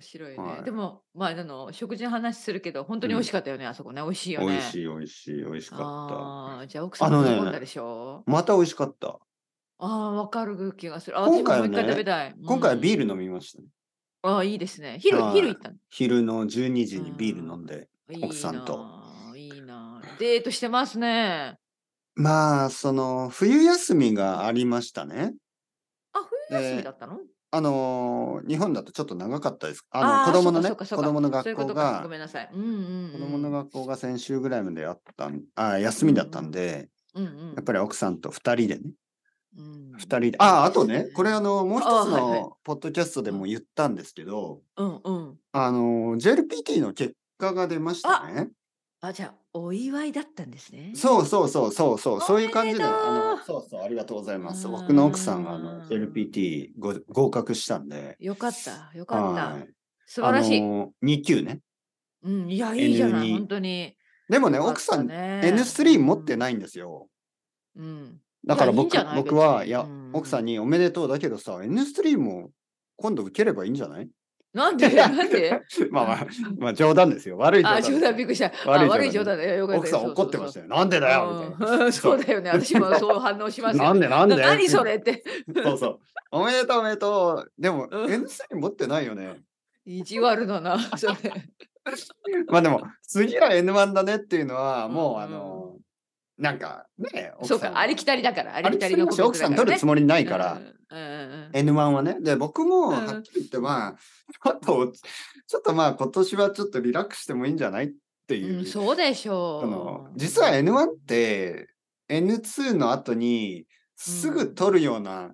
白いね。はいでも、まあ、あの、食事の話するけど、本当に美味しかったよね、あそこね。美味しいよね。美味しい、美味しい、美味しかっああー、じゃあ奥さんあのもね喜んだでしょた。また美味しかった。ああ、わかる気がする。あ、今回は私ももう一回ね食べたい。今回はビーール飲みましたね。ル。ああ、いいですね。昼、はい昼行ったの。昼の12時にビール飲んで。奥さんといいなあ。いいなあ。デートしてますね。まあ、その、冬休みがありましたね。あ、冬休みでだったの、あのー日本だとちょっと長かったです。あのあー子供のね、そう子かそうかそうか供のそういう学こ校とか。ごが、めんなさい。うんうん、うん。子供の学校が先週ぐらいまであったん、あー休みだったんで、うんうん。やっぱり奥さんと2人でね、うん、 2人で、ああ、あといいでねす、これあの、もう一あつーはいはいのポッドキャストでも言ったんですけど、うんうん。あのー、JLPT の結果が出ましたね。あ、じゃあ、お祝いだったんですね。そうそうそうそうそう、そういう感じで、おめでとうあの、そうそう、ありがとうございます。あー僕の奥さんがあの JLPT ご合格したんで、よかった、よかっはた。い素晴らしい。あのー、2級ね。うん、いや、いいじゃない、 N2 本当に。でもね、よかっ奥さたん、ね N3 持ってないんですよ。うん。だからいやいいん僕じゃない僕は、別にいや、うん奥さんにおめでとうだけどさ、N3 も今度受ければいいんじ ゃないなん で、なんでまあまあ、まあ冗談ですよ。悪い冗談あ、ですよ。冗談びっくりした。あ悪悪いい冗冗談談だよ。よかった奥さん怒ってましたよ。なんでただよみたいうんな。 そうだよね。私もそう反応しますよなんでなんでな何それって。そうそう。おめでとうおめでとう。でも、うん N3 持ってないよね。意地悪だ な。それ。まあでも、次は N1 だねっていうのは、もう、あうの、なんかね、そう奥さんか、はありきたりだから。あありりきたきたりりのだし奥さん取るつももりなりいから、うんうんうん。 N1 はね。で、僕も、はっきり言って、まあ、 ちょっと、ちょっとまあ、今年はちょっとリラックスしてもいいんじゃないっていう。うん、そうでしそょのう。実は N1 って N2 の後にすぐ取るような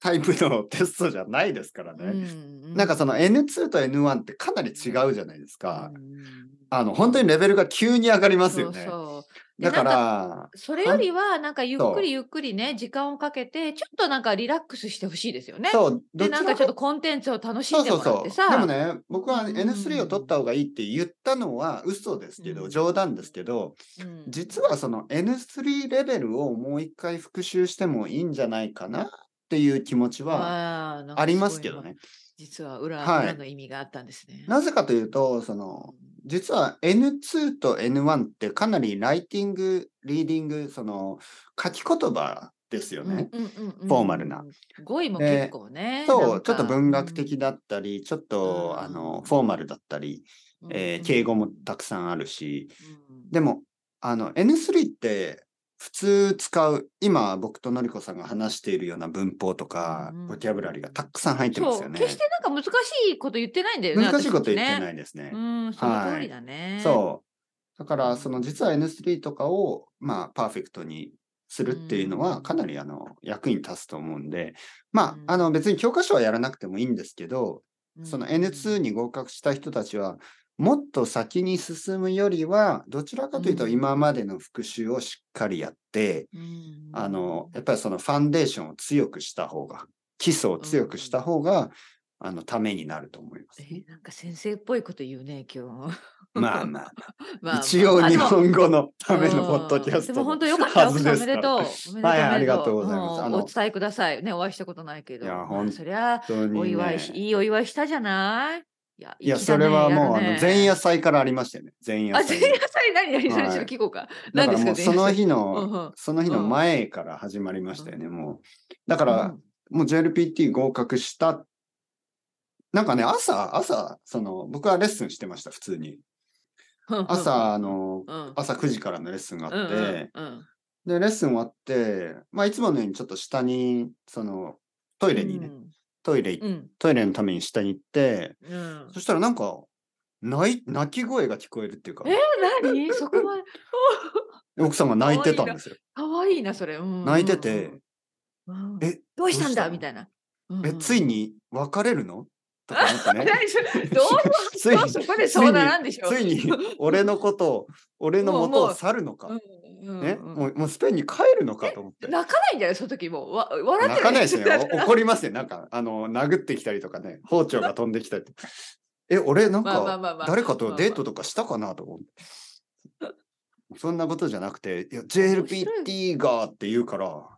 タイプの テストじゃないですからうん、ね。うなんかその N2 と N1 ってかなり違うじゃないですか。うんうんあの、本当にレベルが急に上がりますそようね。そう。でだか、なんら、それよりは、なんかゆっそくうりゆっくりね、時間をかけて、ちょっとなんかリラックスしてほしいですよね。そう、で、なんかちょっとコンテンツを楽しんでもらってさ。でもね、僕はうん N3 を取った方がいいって言ったのは嘘ですけうど、ん冗談ですけど、うん実はその N3 レベルをもう一回復習してもいいんじゃないかなっていう気持ちはあーなんかありますけどね。すごい実は裏,、はい裏の意味があったんですね。なぜかというと、その、実は N2 と N1 ってかなりライティング、リーディング、その、書き言葉ですよね。うんうんうんうんフォーマルな。語彙もで結構ね。そなんう、かちょっと文学的、だったり、ちょっと、うんあの、フォーマルだったり、うんえー敬語も、たくさんあるし、うんでも、あの、N3 って、普通使う、今僕とのりこさんが話しているような文法とかうん、ボキャブラリーがたくさん入ってますそよう、ね。決してなんか難しいこと言ってないんだよね。難しいこと言ってい。ないですねう。ん、その通りだね。そう。だかうんら、その実は N3 とかを、まあ、パーフェクトにするっていうのうは、んかなり、あの、役に立つと思うんで、まうんあ、あの、別に教科書はやらなくてもいいんですけど、うんその N2 に合格した人たちは、もっと先に進むよりは、どちらかといううと、ん今までの復習をしっかりやって、うんあの、やっぱりそのファンデーションを強くした方が、基礎を強くした方が、あの、ためになると思いますえ ね。ーなんか先生っぽいこと言うね、今日。 まあままあ。あまあ一応あ日でも本語のためのポッドキャうんでスもトの本当よかった。は奥ずさんおですめかでとう。おらめでとう。はいはおめいでありがとうございますもあのお伝えください。ね、お会いしたことないけど。いやまあほんそりゃ、本当にねお祝いし、いいお祝いしたじゃない。いや、いや、粋だそねれはもう、やるあねの前夜祭からありましたよね。前夜あ、祭前。夜祭、 何何それはいちょっと聞こうか。だ何かでらすか、もうその日前夜の、祭。うんうんその日のうん前から始まりましたよね、もう。だかうら、んもう JLPT 合格した。なんかね、朝、朝、その、僕はレッスンしてました、普通うに。んうん朝、あの、うん朝9時からのレッスンがあって、うんうんうんで、レッスン終わって、まあ、いつものようにちょっと下に、その、トイレにね、トイレ行っうんトイレのために下に行って、うんそしたらなんか、泣い泣き声が聞こえるっていうかえ、ー、何そこまで。奥さんが泣いてたんですよ。可愛いな、それ。うん泣いてて、、うんうんえ、どうしたんだどうしたのみたいな。え、ついに。に別れるのとかなんかね。 何それ どう ついにどうそこで相談なんでしょう。ついに、俺のことを、俺の元もうもをう去るのか。うんね、うんうんもう、もうスペインに帰るのかと思って。泣かないんじゃないその時もう。わ笑っ泣てかないです よね。お怒りますね。なんか、あの、殴ってきたりとかね、包丁が飛んできたりとか。え、俺なんまあまあか、まあまあ。誰かとデートととかしたかなと思って。 そんなことじゃなくて、いや、面白い JLPT がって言うから、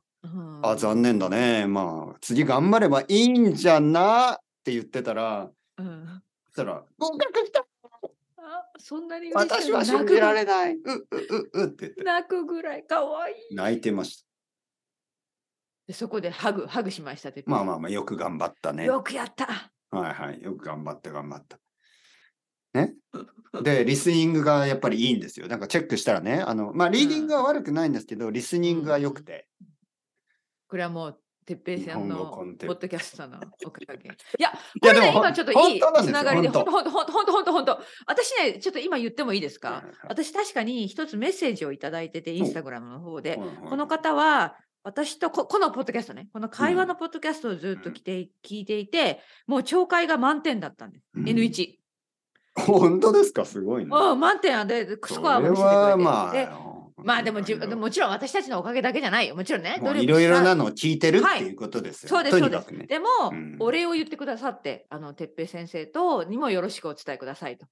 あ、残念。念だね。まあ、次頑張ればいいんじゃなって言ってたら、うんしたら、合格したあそんなに嬉し私いのは信じられない。う、う、う、うって言って、泣くぐらい可愛い泣いてました。でそこでハグハグしましたってまあまあまあ、よく頑張ったね。よくやったはいはい。よく頑張った、頑張った。ね。で、リスニングがやっぱりいいんですよ。なんかチェックしたらね、あの、まあ、リーディングは悪くないんですけど、リスニングが良くて。これはもう哲平さん日の本語コンテンツポッドキャストのおかげいやいやこれねでもほん今ちょっといい本当なんですつよながりで本本当当本当本当本当本当私ねちょっと今言ってもいいですか、はいはいはい私確かに一つメッセージをいただいててインスタグラムの方で、はいはいこの方は私とここのポッドキャストねこの会話のポッドキャストをずっと聞いて,、聞いていてもう聴解が満点だったんです、うん N1、本当ですかすごいね。うん、満点でスコアをそれ見せてくれてはるまあで、まあでもじいろいろもちろん私たちのおかげだけじゃないよもちろんねもう努力いろいろしたなのを聞いてるっはいていうことですよ。そうですとそうにでかすくね。でも、うんお礼を言ってくださってあの哲平先生とにもよろしくお伝えくださいと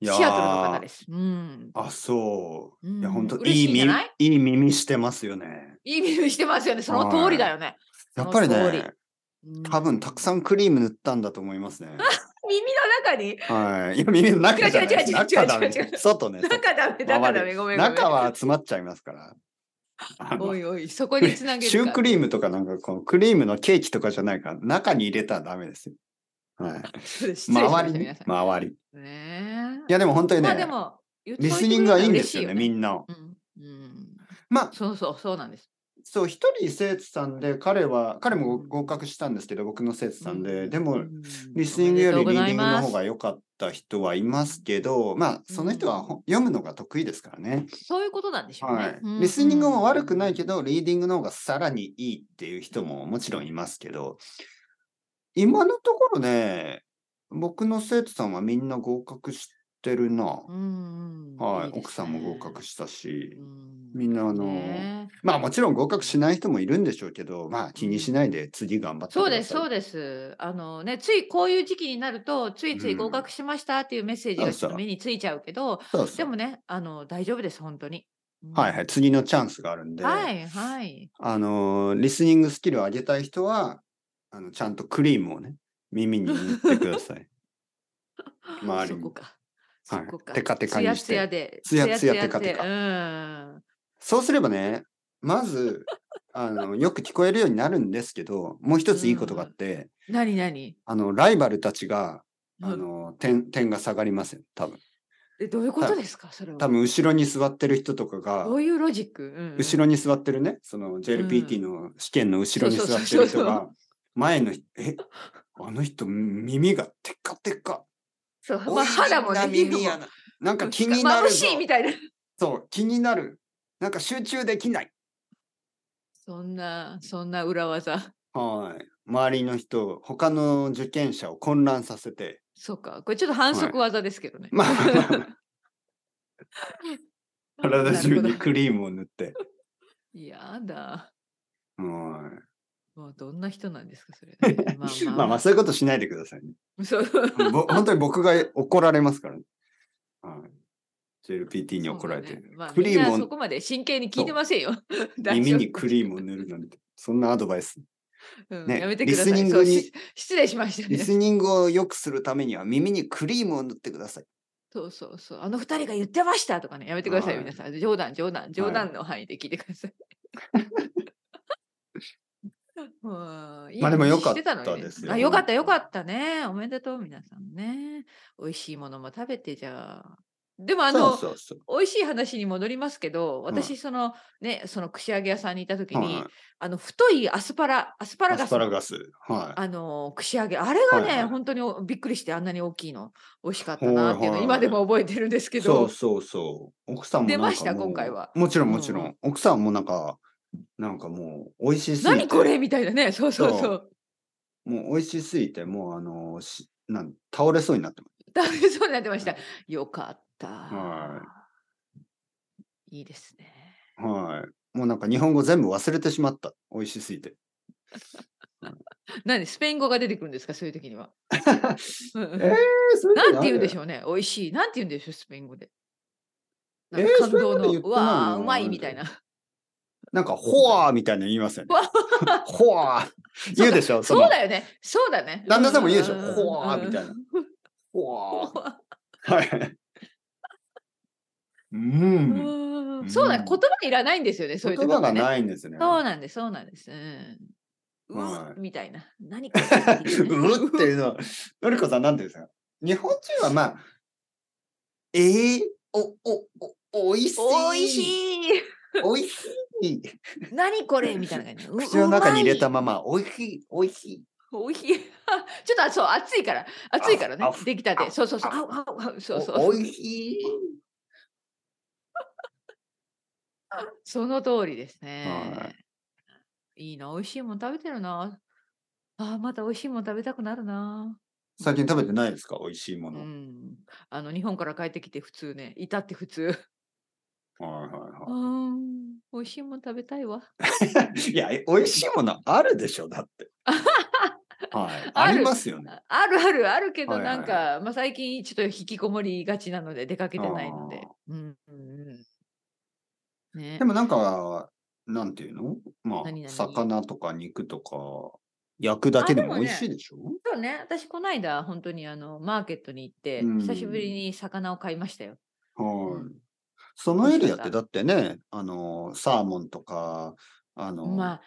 いシやーアトルの方ですうんあ、そう。うんいや、本当嬉しいいんじゃ耳ない、いい耳してますよね。いい耳してますよねその通りだよね、やっぱりその通りね、うん多分たくさんクリーム塗ったんだと思いますね。耳の中にはい。いや、耳の中じゃない違う違う違う違う中だね違う違う外ね。中ダメ中ダメごめんごめん中は詰まっちゃいますから。あのおいおいそこにつなげるかシュークリームとかなんかこのクリームのケーキとかじゃないから中に入れたらダメですよ。はい。失礼しました 周り皆ねさ。ん周り。ねいやでも本当えにまね、あでも言ってリスニングはいいんですよね、おみいてくれたら嬉しいんな。うんうんまあそうそうそうなんですそう、一人生徒さんで、彼は、彼も合格したんですけど、僕の生徒さんで、でも、リスニングよりリーディングの方がいい良かった人はいますけど、まあ、その人はほ読むのが得意ですからね。そういうことなんでしょうね、はいうん。リスニングも悪くないけど、リーディングの方がさらにいいっていう人ももちろんいますけど、今のところね、僕の生徒さんはみんな合格してるな。うんうんはい、いいですね奥さんも合格したしう、んみんなあの、ねまあもちろん合格しない人もいるんでしょうけど、まあ気にしないで次頑張ってくだそうさい。です、そうです。あのね、ついこういう時期になると、ついつい合格しましたっていうメッセージそがうちそょっうと目についちゃうけど、そうそうでもね、あの大丈夫です、本当に。うんはいはい、次のチャンスがあるんで、はい、はい。あのーリスニングスキルを上げたい人は、あのちゃんとクリームをね、耳に塗ってくださ い。周りそにこか。そはいこか。テカテカにしてツヤツヤで。ツヤツヤツヤツヤテカテカでうん。そうすればね、まず、あの、よく聞こえるようになるんですけど、もう一ついいことがあって、何何あの、ライバルたちが、あうんの、点、点が下がりません。多分。えどういうことですか、それは。多分、後ろに座ってる人とかがど、ういうロジック、うん後ろに座ってるね、その JLPT の試験の後ろに座ってる人そうそうそうそが、前の人、え、あの人、耳がテカテカ。そう、 まあ、肌もね、オリジナ皮膚ル耳もやな。なんか気にな眩るぞ。しいみたいな。そう、気になる。なんか集中できない。そんな、そんな裏技。はい。周りの人、他の受験者を混乱させて。そうか。これちょっと反則技ですけどね。まあまあま 体なる中ほどにクリームを塗って。やだ。はいもうどんな人なんですか、それ。まあまあまあ、そういうことしないでくださいね。そう。ぼ本当に僕が怒られますからね。はい。JLPT に怒られそてうるだね。まあ、クリーみんなムそを、こまで真剣に聞いてませんよ。大耳丈夫にクリームを塗るなんて、そんなアドバ イス。うんねやめてください。リスニングそうにし失礼しましたリね。スニングを良くするためには耳にクリームを塗ってください。そうそうそう。あの二人が言ってましたとかね。やめてください、はい皆さん。冗談、冗談、冗談の範囲で聞いてください。 うんいいまあでも良話かっしてのにたねですよあよかった、よかったね。おめでとう、皆さんね。美味しいものも食べて、じゃあ。でもあの、そうそうそう。美味しい話に戻りますけど、い私、その、ね、その串揚げ屋さんにいた時に、はいあの、太いアスパラ、アスパラアガススのパラガス。はい。あの串揚げあれがね、はいはい本当におびっくりしてあんなに大きいの美味しかったはいはいなっていうの今でも覚えてるんですけそどうそうそう。奥さんも出なんかもうました今回はもちろんもちろ。うん奥さんもなんか、なんかもう、美味しすぎて。何これみたいなねそうそうそうそうもう美味しすぎて、もうあの、しなん倒れそうになってま食べそうになってました、はよかった、、はいいですねす。はい。もうなんか日本語全部忘れてしまった。美味しすぎて。なんでスペイン語が出てくるんですかそういう時に はうんうんえー、それ なんて言うんでしょょうね美味しいなんて言うんでしょうスペイン語でなえんーか感動それまの、で言ってうないのわあうまいみたいなう。なんか、ホワーみたいなの言いますよね ホ。ホワー。言うでし ょそうだよねそうだね 旦那さんも言うでしょ。んんんホワーみたいな。ほわーはい。うん。うんそうだ、うん言葉いらないんですよね、そういうと言こ葉ろがね。ないんですね。そうなんです、そうなんです。うん。うわはいみたいな。何か。 うっていうのは、のりこさんなんていうんですか日本人はまあ、えー、お、お、お、おいしい。おいしい。い。おいしい。何これみたいな感じ。う口の中に入れ。たうまいまま、おいしい、おいしい。おいしい。 ちょっとあそう暑いから暑いからねあふできたてあそうそうそうああああそうそうおおいしい。その通りですねはいいいな美味しいもん食べてるなあまた美味しいもん食べたくなるな最近食べてないですかおいしいもうの。んあの日本から帰ってきて普通ねいたって普通はいはいは うん美味しいもん食べたい わい。いや、おいしいものあるでしょ、だ って。はい。ああるりますよね。ああるあるあるけどはいはいなんか、まあ、最近ちょっと引きこもりがちなので出かけてないのでうんうんうんねでもなんか、なんていうのま何々あ、魚とか肉とか、焼くだけでもあでも美ね味しいでしょそうね、私この間本当にあのマーケットに行って、うん久しぶりに魚を買いましたよ。はういん。そのエリアっ美味しかてっただってね、あの、サーモンとか、あの、まあ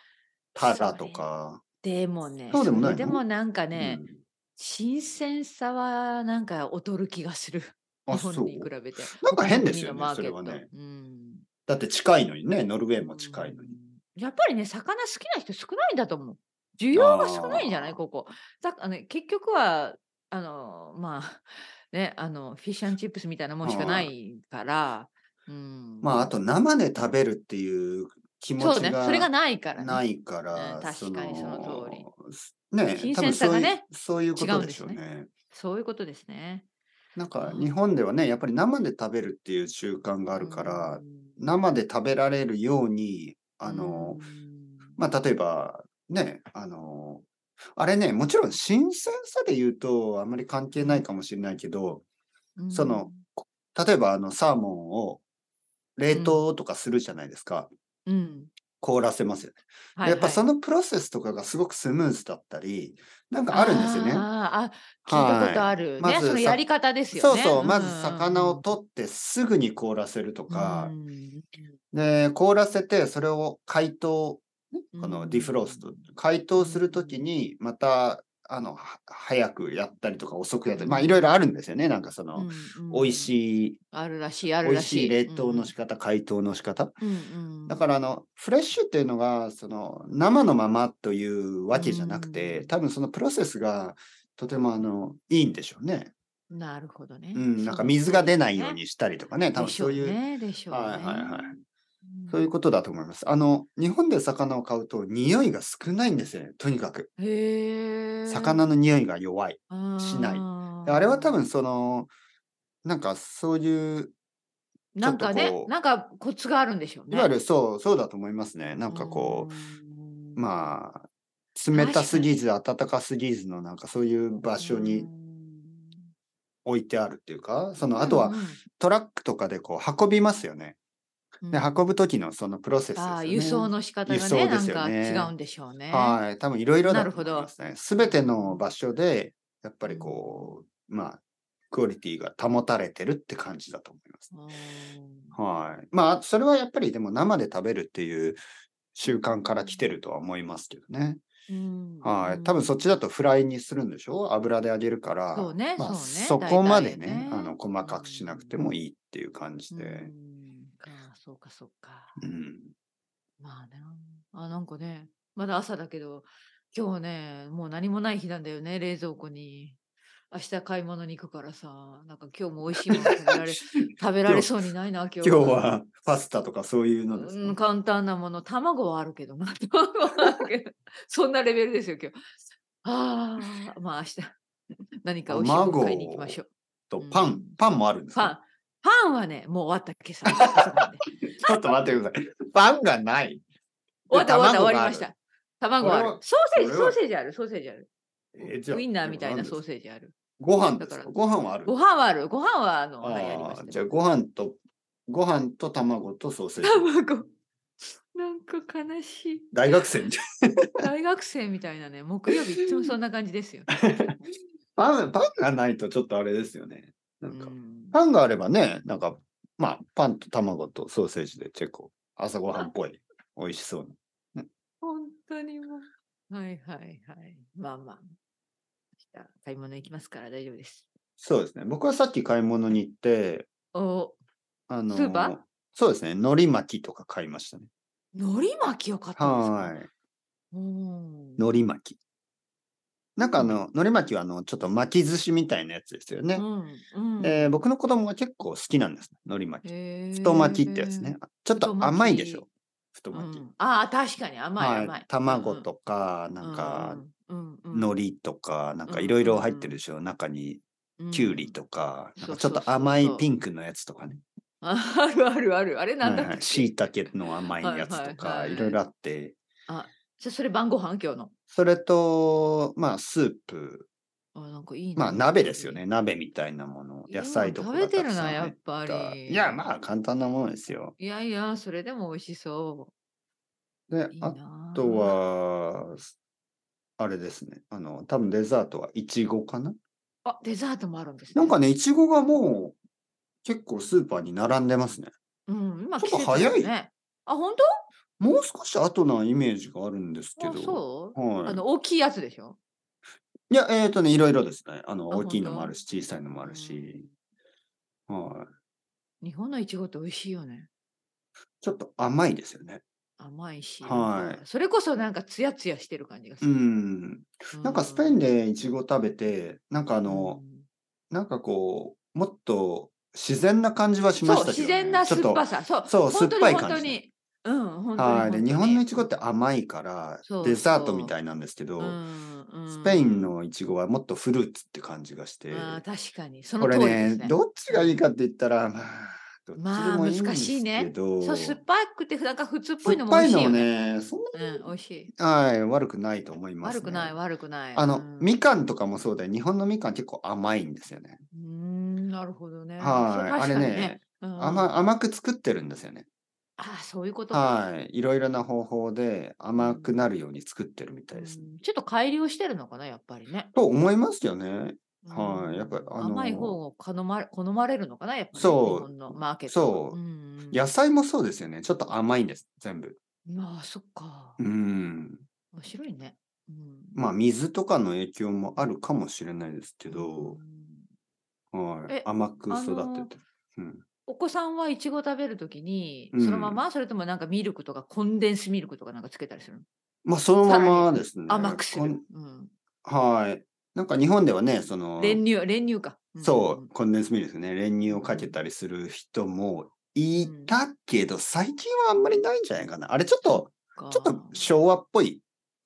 タラとか。でもね、そうでもないのれでもなんかね、うん新鮮さはなんか劣る気がする。 あ、日そ本う。に比べて。なんか他の変ですよね国のマーケットそれはねうん。だって近いのにね、ノルウェーも近いのに。うんやっぱりね、魚好きな人少ないんだと思う。需要が少ないんじゃなあいーここ。だあの結局は、あの、まあ、 ね、あの、フィッシュチップスみたいなもんしかなはいいから、うん。まあ、あと生で食べるっていう気持そうちね、がそれがないから、ね。ないから、うん確かにその通りり。ね新多鮮分さそがういうねそういうこ違うとんででしすょうねね。そういうことですね。なんかうん日本ではね、やっぱり生で食べるっていう習慣があるから、うん生で食べられるように、あの、、うんまあ、例えば、ね、あの、あれね、もちろん新鮮さで言うと、あんまり関係ないかもしれないけど、その、こ例えばあのサーモンを冷凍とかするじゃないですか。うん、うん凍らせますよね。はいはいやっぱそのプロセスとかがすごくスムーズだったり、なんかあるんですよね。あーあ、聞いたことある。ね、まずそのさやり方ですよそうね。そう、んまず魚を取ってすぐに凍らせるとか、うんで、凍らせて、それを解凍、こうのんディフロースト、解凍するときに、また、あの、は早くやったりとか遅くやったり、まあ、いろいろあるんですよね。なんかその、美味い。しい、あるらしい、ある美ら味ししいい。冷凍の仕方、解凍の仕方。うんうんだから、あの、フレッシュっていうのが、その、生のままというわけじゃなくて、うん多分そのプロセスが、とても、あの、いいんでしょうね。なるほどね。うん、なんか水が出ないようしにしたりとかね、多分そういう。ね、でしょうね。はいはいはいんそういうことだと思います。あの、日本で魚を買うと、匂いが少ないんですよね。とにかく。へえ。魚の匂いが弱い。しないあーあれは多分、その、なんかそういう、なんかちょっとねこ、うなんかコツがあるんでしょうね。いわゆるそう、そうだと思いますね。なんかこう、あ、まあ、冷たすぎず、暖かすぎずの、なんかそういう場所うにん置いてあるっていうか、その、あとは、トラックとかでこう、運びますよね。うんで、運ぶ時のそのプロセスですよね。ああ、輸送の仕方輸が送ね、でなすんよかね違うんでしょうね。はい、多分いろいろだと思いなるほどますね。すべての場所で、やっぱりこう、まあ、クオリティが保たれてるって感じだと思います。うんはい。まあ、それはやっぱりでも生で食べるっていう習慣から来てるとは思いますけどね。うんはい。多分そっちだとフライにするんでしょ油で揚げるから。そうねまあ、そそうねこまで大体ねね、あの、細かくしなくてもいいっていう感じうで。んああそうか、そうか。うん。まあね。あ、なんかね、まだ朝だけど、今日ね、もう何もない日なんだよね、冷蔵庫に。明日買い物に行くからさ、なんか今日も美味しいもの食 べられ食べられそうにないな、今今日はパスタとかそういうのですうん、か、簡単なもの卵はあるけどな卵はあるけど そんなレベルですよ今日ああまあ明日 何か美味しいもの買いに行きましょうと、パン、パンもあるんですかパンパンはねもう終わった今朝 朝なんでちょっと待ってください。パンがない。終わった終わった終わ卵りがあまるした卵はあそれるはソーセージそソれはーセージあるソーセージあるえじゃあウインナーみたいなでもソ何ーでセすージあるご飯ですだかからご飯はあるご飯はあるご飯はあのはいやりまあしあたじゃあご飯と、ご飯と卵とソーセージ。卵 なんか悲しい大学生みたい大学生みたいなね木曜日いつもそんな感じですよねパン、パンがないとちょっとあれですよね。 なんか、うんパンがあればね、なんか、まあ、パンと卵とソーセージで結構朝ごはんっぽい、美味しそうな。本当にもう。はいはいはい。まあまあ。明日買い物行きますから大丈夫です。そうですね。僕はさっき買い物に行って、お、あのスーパーそうですね。海苔巻きとか買いましたね。海苔巻きを買ったんですかはい。うん。海苔巻き。なんかあうんの、海苔巻きはあの、ちょっと巻き寿司みたいなやつですよね。うん。うん。えー僕の子供は結構好きなんです、海苔巻き。へー太巻きってやつね。。ちょっと太巻き甘いでしょ。太う巻き。ん、ああ、確かに甘い甘い。はい。卵とか、なんか、うんうん、うんうん海苔とか、なんかうんいろいろ入ってるでしょ。中に、きゅうりとか、うんなんかちょっとそう甘そういそうそうピンクのやつとかね。うんあるあるある。あれなんだっけ、しいたけの甘いやつとはいはいか、はいいろいろあって。じゃあそれ晩ご飯今日の。それと、まあ、スープ。あなんかいいなまあ、鍋ですよ。ね。鍋みたいなもの。野菜とか食がべてたるくさんな、入やっっぱたり。いや、まあ、簡単なものですよ。いやいや、それでも美味しそでう。いい、あな。あと、は、あれですね。あの、多分デザートはイチゴかなあデザートもあるんです、なんか、ね、イチゴがもう結構スーパーに並んでますね。うん、今ちょっと季節ですね。あ、本当もう少し後なイメージがあるんですけあど。そう、はいあの、大きいやつでしょいや、えっ、とね、いろいろですね。あの、あ大きいの本も当あるし、小さいのもあるし。はい。日本のいちごって美味しいよね。ちょっと甘いですよね。甘いし。はいそれこそなんかツヤツヤしてる感じがすうる。ん。なんかスペインでイチゴ食べて、なんかああの、なんかこう、もっと自然な感じはしまそしう、たけど、ね。自然な酸っぱちょさ。っそう、そう本当に酸っぱい感じね本当に。うん、本と。当に。は本い。で、当に日本のイチゴって甘いから、そうデザートみたいなんですけど、うんうんスペインのイチゴはもっとフルーツって感じがして、あー確かに。そのこ通れりですねね。どっちがいいかって言ったら、まあ、どっちでまあもいいんで難すしいねけど、そう、酸っぱくて、なんか普通っぽ酸いのっも美ぱい味しいのよね。ね、そんうん、美味しい。な、はい、悪くないと思います、ね。悪くない、悪くない。あうの、んみかんとかもそうだよ。日本のみかん結構甘いんですよね。うーん、なるほどね。はいそうあれね、うん甘甘く作ってるんですよね。ああ、そういうことか。はい。いろいろな方法で甘くなるように作ってるみたいですね。うんちょっと改良してるのかな、やっぱりね。と思いますよね。はいうんやっぱりあの甘い方を好まれ好まれるのかな、やっぱりね、そう日本のマーケット。そううん野菜もそうですよね。ちょっと甘いんです、全部。まあ、そっかう。ん。面白いね。うんまあ、水とかの影響もあるかもしれないですけど、うんはえい。甘くあ育のてて。うん。お子さんはいちご食べるときに、うんそのまま、それともなんかミルクとかコンデンスミルクとかなんかつけたりするのまあ、そのままですね。甘くすこるん。うんはい。なんか日本ではね、その、練乳、練乳か。んそう、コンデンスミルクね、練乳をかけたりする人もいたけど、最近はあんまりないんじゃないかな。あれちょっと、ちょっと昭和っぽい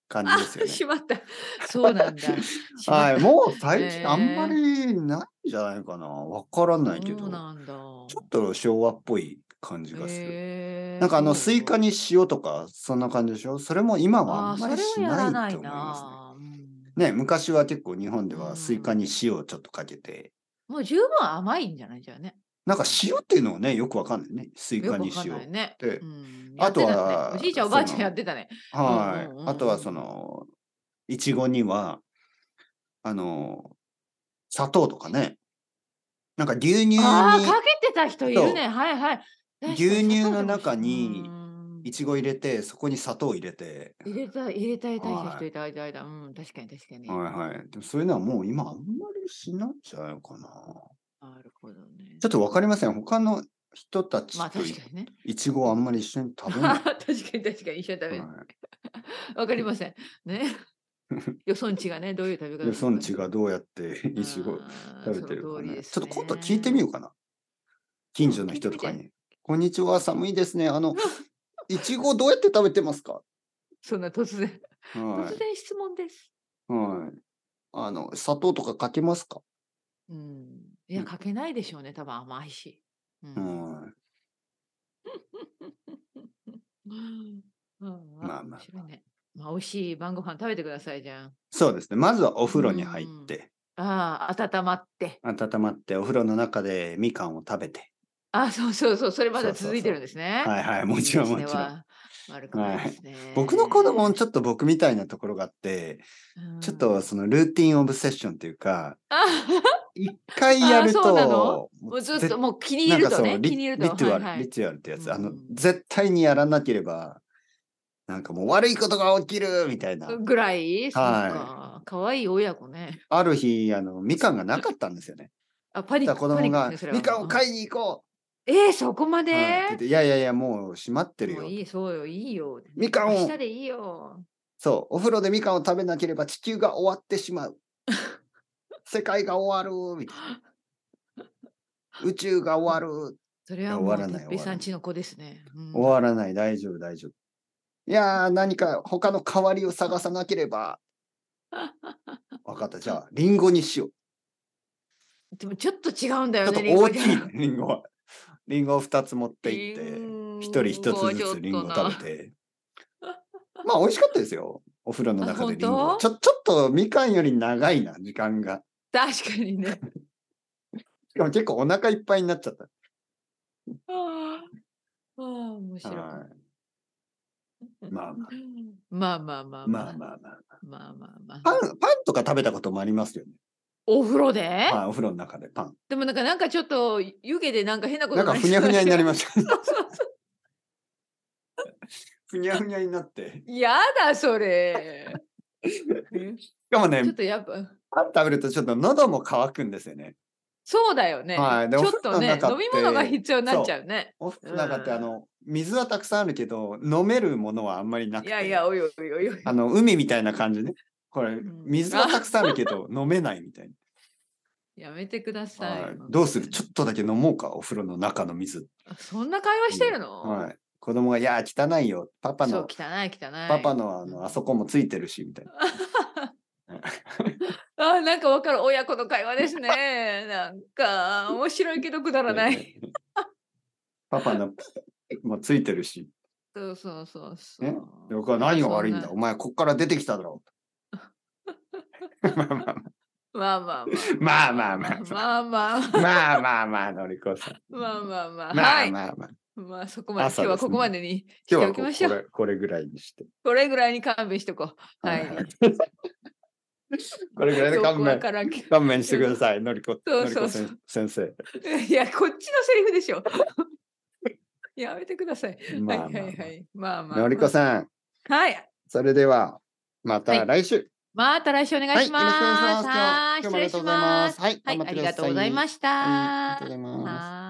感あ、じ ですしよね。まった。そう なんだ。しまったはい、もう最えー近あんまりないんじゃないかな。わからないけそど、うちょなんだ。ちょっと昭和っぽい感じがする。えーなんかあの、そスうイカに塩とか、そんな感じでしょそれも今あはあんーまりしそれはやらなないいと思いますな、うんね。ね、昔は結構日本ではスイカうんに塩をちょっとかけて、もう十分甘いんじゃないじゃあね。なんか塩っていうのはね、よくわかんないね。スイよカくわにかん塩。ないね。でうんあとはやってたねおじいちゃんおばあちゃそんのやってたね。はい、うんうんうんうんあとはその、いちごには、あの、砂糖とかね。なんか牛乳に、ああ、かけてた人いるそね。はいはい。確かに牛乳の中にうんいちご入れて、そこに砂糖入れて。入れた、入れた、入れたはい人いた、いた、いた。うん、確かに確かに。はいはい。でもそういうのはもう今あんまりしないんじゃないかな。なるほどね。ちょっとわかりません。他の人たちまあと確いかにね。いちごはあんまり一緒に食べ確 ない。かに確かに一緒に食べる。はわかりません。 ね。予算値がね、どういう食べい、方よそんちがどうやっていちご食べてるか、ねちょっと今度聞いてみよううかな。近所の人とか聞いてに。こんにちは、寒いですね。あ の、いちごどうやって食べてますかそんな突然、は突然質問です。い。はい。あの、砂糖とかかけますかうん。いや、うんかけないでしょうね。多分甘いし。うん。はい。ままあまあね。まあ、美味しい晩ご飯食べてくださいじゃん。そうですね。まずはお風呂に入って、ああ、温まって。温まって、お風呂の中でみかんを食べて。ああ、そうそうそう。それまだそうそうそう続いてるんですね。はいはい、もちろんいいもですねちろん。わ悪くないですね。僕の子供もちょっと僕みたいなところがあって、うんちょっとそのルーティンオブセッションっていうか、あ一回やるあそうなのと、もうずっ絶ともう気にな入るんかとそう、ね、リ気に入るリと。チュアはル、いはいリ、チュアルってやつ、あうのん、絶対にやらなければ、なんかもう悪いことが起きるみたいな。ぐらい、そっか。かわいい親子ね。ある日、あの、みかんがなかったんですよね。あ、パニッだク。から子供パがニックですね、それはみかんを買いに行こえー、そこまう、で、はいって言っていやいやいや、もう閉まってるもよう。いい、そうよ、いいよ。みかん明を日、でいいよ。そう、お風呂でみかんを食べなければ地球が終わってし まう。世界が終わる、みたいな。宇宙が終わる。それはも終う、わらてないっぺい終さわらなんいちの子ですね。うん終わらない、大丈夫、大丈夫。いやー、何か他の代わりを探さなければ。わかった、じゃあ、リンゴに しよう。でもちょっと違うんだちょよっとね、大きいリンゴね、リンゴは。リンゴを2つ持っていって、1人1つずつリンゴを食べて。 まあ、美味しかったですよ。お風呂の中でリンあゴ。本当ちょ、ちょっとみかんより長いな、時間が。確かに ね。しかも結構お腹いっぱいになっちゃった。あーあー、面白い。 はいまあままあまあまああまあまあまあまあ。まあまあまあパン、パンとか食べたこともありますよね。お風呂ではい、お風呂の中でパン。でもなんかなんかちょっと湯気でなんか変なことなんかふにゃふにゃになりました。そうふにゃふにゃになって。やだそれ しかもねちょっ、とやっぱパン食べるとちょっと喉も乾くんですよね。そうだよね、はいちでょっとねお風呂の中って飲み物が必要になっちゃうねお風呂の中ってうんあの、水はたくさんあるけど、飲めるものはあんまりないくて。やいやおいおいおいおいあの、海みたいな感じね。これ、ん水はたくさんある けど、飲めないみたいやめてくだな。さい、はい、どうするちょっとだけ飲もうか、お風呂の中の水。あそんな会話してるの、はい。子供が、いや、汚いよ。パパそうの、汚い汚いパパのあうんの、あそこもついてるし、みたいな。あなんかわかる親子の会話です ねなんか面白いけどくだらないパパの、もついてるし。そうそうそうそう、ね僕は何が悪いんだ。そお前、こっから出てきただろう。まあまあまあまあまあままああまあまあまあまあまあまあまあまあ、のりこさん。まあまあまあ、まはあい。まあまあ。まあそこまで、朝今日はですこねこまでにして今日はおこきましょこう。れこれぐらいにして。これぐらいに勘弁しとこう。はい。これぐらいでよ勘くわ弁。からんけ勘弁してください、のりこ。そうのりそこうそう先先生。ど いや、こっちのセリフでしょ。 やめてください。まはあいまはいあまあはい。まあまあ。のりこさん、ん。はい。それでは、まはたい来週。また来週お願いします。よろしくお願いします。今日は今日もあ失り礼がとうしございま。ますす。はい、はい、あ頑張ってりがとうございました。くださはいありがとうございますはーい。